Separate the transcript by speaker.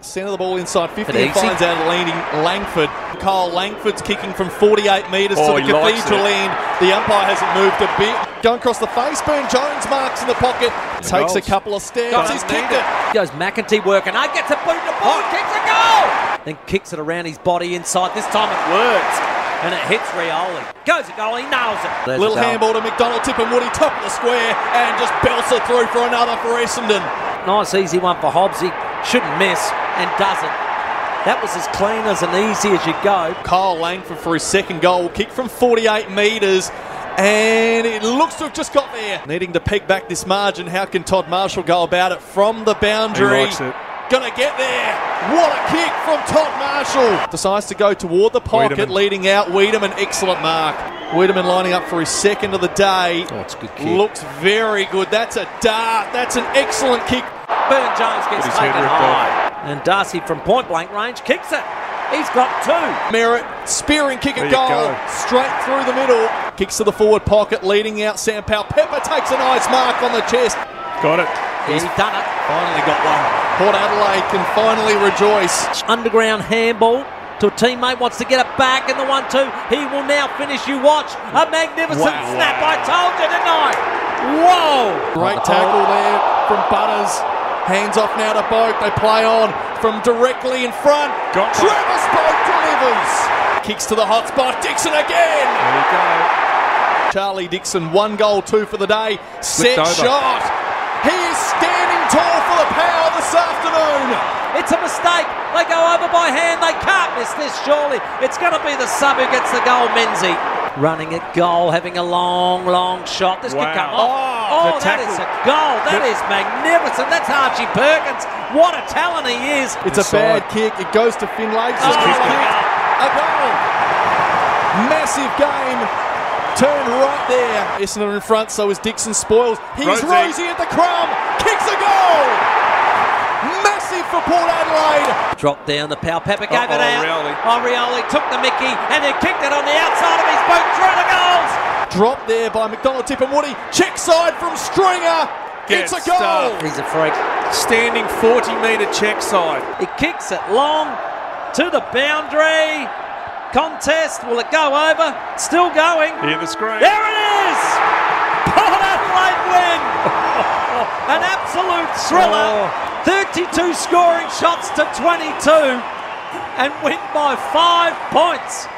Speaker 1: Centre the ball inside 50 and
Speaker 2: Easy.
Speaker 1: finds out Laney Langford. Kyle Langford's kicking from 48 metres to
Speaker 2: Oh,
Speaker 1: the
Speaker 2: he likes
Speaker 1: cathedral
Speaker 2: it.
Speaker 1: end. The umpire hasn't moved a bit. Going across the face, Burn Jones marks in the pocket. Takes a
Speaker 2: Rolls.
Speaker 1: couple of steps.
Speaker 2: Doesn't
Speaker 1: He's
Speaker 2: need
Speaker 1: kicked it.
Speaker 3: Goes McEntee working hard, gets a boot to ball, kicks a goal! Then kicks it around his body inside. This time it works. And it hits Rioli. Goes a goal, he nails it. There's a
Speaker 1: Little
Speaker 3: goal.
Speaker 1: handball to McDonald, tip and Woody, top of the square, and just belts it through for another for Essendon.
Speaker 3: Nice easy one for Hobbs. He shouldn't miss and doesn't. That was as clean as and easy as you go.
Speaker 1: Kyle Langford for his second goal, kick from 48 metres, and it looks to have just got there. Needing to peg back this margin, how can Todd Marshall go about it from the boundary?
Speaker 2: He likes it.
Speaker 1: Gonna get there. What a kick from Todd Marshall. Decides to go toward the pocket,
Speaker 2: Wiedemann.
Speaker 1: leading out Wiedemann. Excellent mark. Wiedemann lining up for his second of the day.
Speaker 2: Oh, it's a good kick.
Speaker 1: Looks very good. That's a dart. That's an excellent kick.
Speaker 3: Burn Jones gets
Speaker 2: Got his head
Speaker 3: taken
Speaker 2: ripped
Speaker 3: high. And Darcy from point blank range kicks it. He's got two.
Speaker 1: Merritt, spearing kick
Speaker 2: There
Speaker 1: at
Speaker 2: you
Speaker 1: goal,
Speaker 2: go.
Speaker 1: straight through the middle. Kicks to the forward pocket, leading out Sam Powell. Pepper takes a nice mark on the chest.
Speaker 2: Got it.
Speaker 3: He's done it.
Speaker 1: Finally got one. Port Adelaide can finally rejoice.
Speaker 3: Underground handball to a teammate, wants to get it back in the one two. He will now finish. You watch. A magnificent
Speaker 1: Wow.
Speaker 3: snap. I told you, didn't I? Whoa!
Speaker 1: Great tackle there from Butters. Hands off now to Boak. They play on from directly in front.
Speaker 2: Got one.
Speaker 1: Travis Boak delivers. Kicks to the hot spot. Dixon again.
Speaker 2: There you go.
Speaker 1: Charlie Dixon, one goal, two for the day. Set
Speaker 2: over.
Speaker 1: shot. He is standing tall for the power this afternoon.
Speaker 3: It's a mistake. They go over by hand. They can't miss this, surely. It's going to be the sub who gets the goal, Menzie. Running at goal, having a long, long shot. This
Speaker 2: Wow.
Speaker 3: could come off. Oh,
Speaker 2: the
Speaker 3: that is a
Speaker 2: tackle.
Speaker 3: goal. That is magnificent. That's Archie Perkins. What a talent he is.
Speaker 1: It's a
Speaker 2: Inside.
Speaker 1: bad kick. It goes to Finlayson.
Speaker 3: Oh,
Speaker 1: It's
Speaker 2: kicked it.
Speaker 1: kicked. A goal. Massive game. Turn right there. Essendon in front, so is Dixon Spoils. He's
Speaker 2: Rosey.
Speaker 1: Rosie at the crumb. Kicks a goal. Massive for Port Adelaide.
Speaker 3: Dropped down the power. Pepper gave it out.
Speaker 2: Uh-oh, Rioli.
Speaker 3: Orioli took the mickey and then kicked it on the outside of his boot through the goals.
Speaker 1: Drop there by McDonald Tip and Woody. Check side from Stringer.
Speaker 2: Get
Speaker 1: it's a goal.
Speaker 2: stuffed.
Speaker 3: He's a freak.
Speaker 2: Standing 40 metre check side.
Speaker 3: He kicks it long to the boundary. Contest. Will it go over? Still going.
Speaker 2: Hear the scream.
Speaker 3: There it is! Port Adelaide win! An absolute thriller. 32 scoring shots to 22 and win by five points.